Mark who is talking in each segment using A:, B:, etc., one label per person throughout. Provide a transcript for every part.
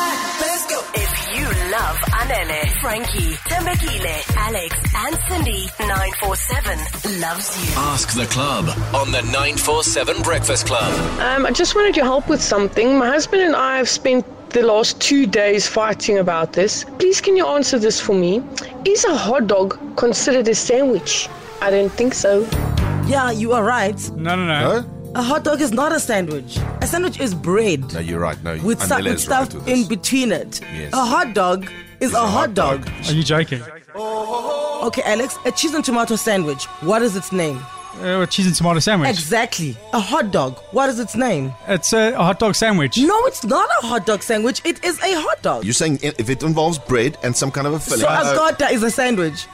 A: If you love Anele, Frankie, Temekile, Alex, and Cindy, 947 loves you.
B: Ask the club on the 947 Breakfast Club.
C: Um, I just wanted your help with something. My husband and I have spent the last two days fighting about this. Please, can you answer this for me? Is a hot dog considered a sandwich? I don't think so.
D: Yeah, you are right.
E: No, no, no.
F: No?
D: A hot dog is not a sandwich. A sandwich is bread
F: No, you're right. No,
D: with, stu-
F: Andela
D: with
F: is
D: stuff
F: right with
D: in
F: this.
D: between it.
F: Yes.
D: A hot dog is a, hot dog.
E: Are you joking? Uh,
D: Okay, Alex, a cheese and tomato sandwich. What is its name?
E: Uh, cheese and tomato sandwich.
D: Exactly. A hot dog. What is its name?
E: it's a, a hot dog sandwich.
D: No, it's not a hot dog sandwich. It is a hot dog.
F: You're saying i- if it involves bread and some kind of a filling.
D: so a gota is a sandwich.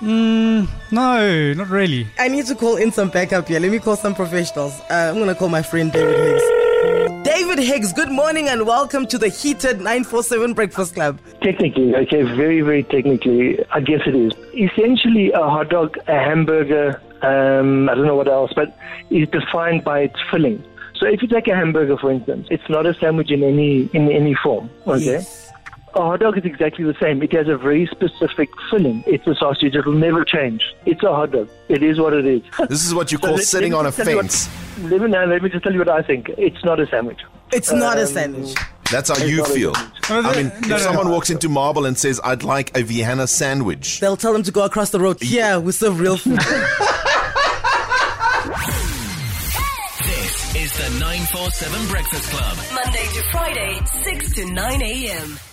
E: No, not really.
D: I need to call in some backup here. Let me call some professionals. Uh, I'm going to call my friend David Higgs. David Higgs, good morning and welcome to the Heated 947 Breakfast Club.
G: Technically, okay, very, very technically, I guess it is. Essentially, a hot dog, a hamburger, um, I don't know what else, but is defined by its filling. So if you take a hamburger, for instance, it's not a sandwich in any in any form. Okay, a hot dog is exactly the same. It has a very specific filling. It's a sausage. It'll never change. It's a hot dog. It is what it is.
F: This is what you call
G: Let- let
F: sitting
G: me
F: on a
G: just tell you what-
F: fence.
G: let me now. Let me just tell you what I think. It's not a sandwich.
D: It's not a sandwich.
F: That's how you
G: not a
F: feel.
E: No,
F: I mean,
E: no,
F: if
E: no, no.
F: someone walks into Marble and says, I'd like a Vienna sandwich,
D: They'll tell them to go across the road. Yeah, we serve real food.
B: This is the 947 Breakfast Club.
A: Monday to Friday, 6 to 9 a.m.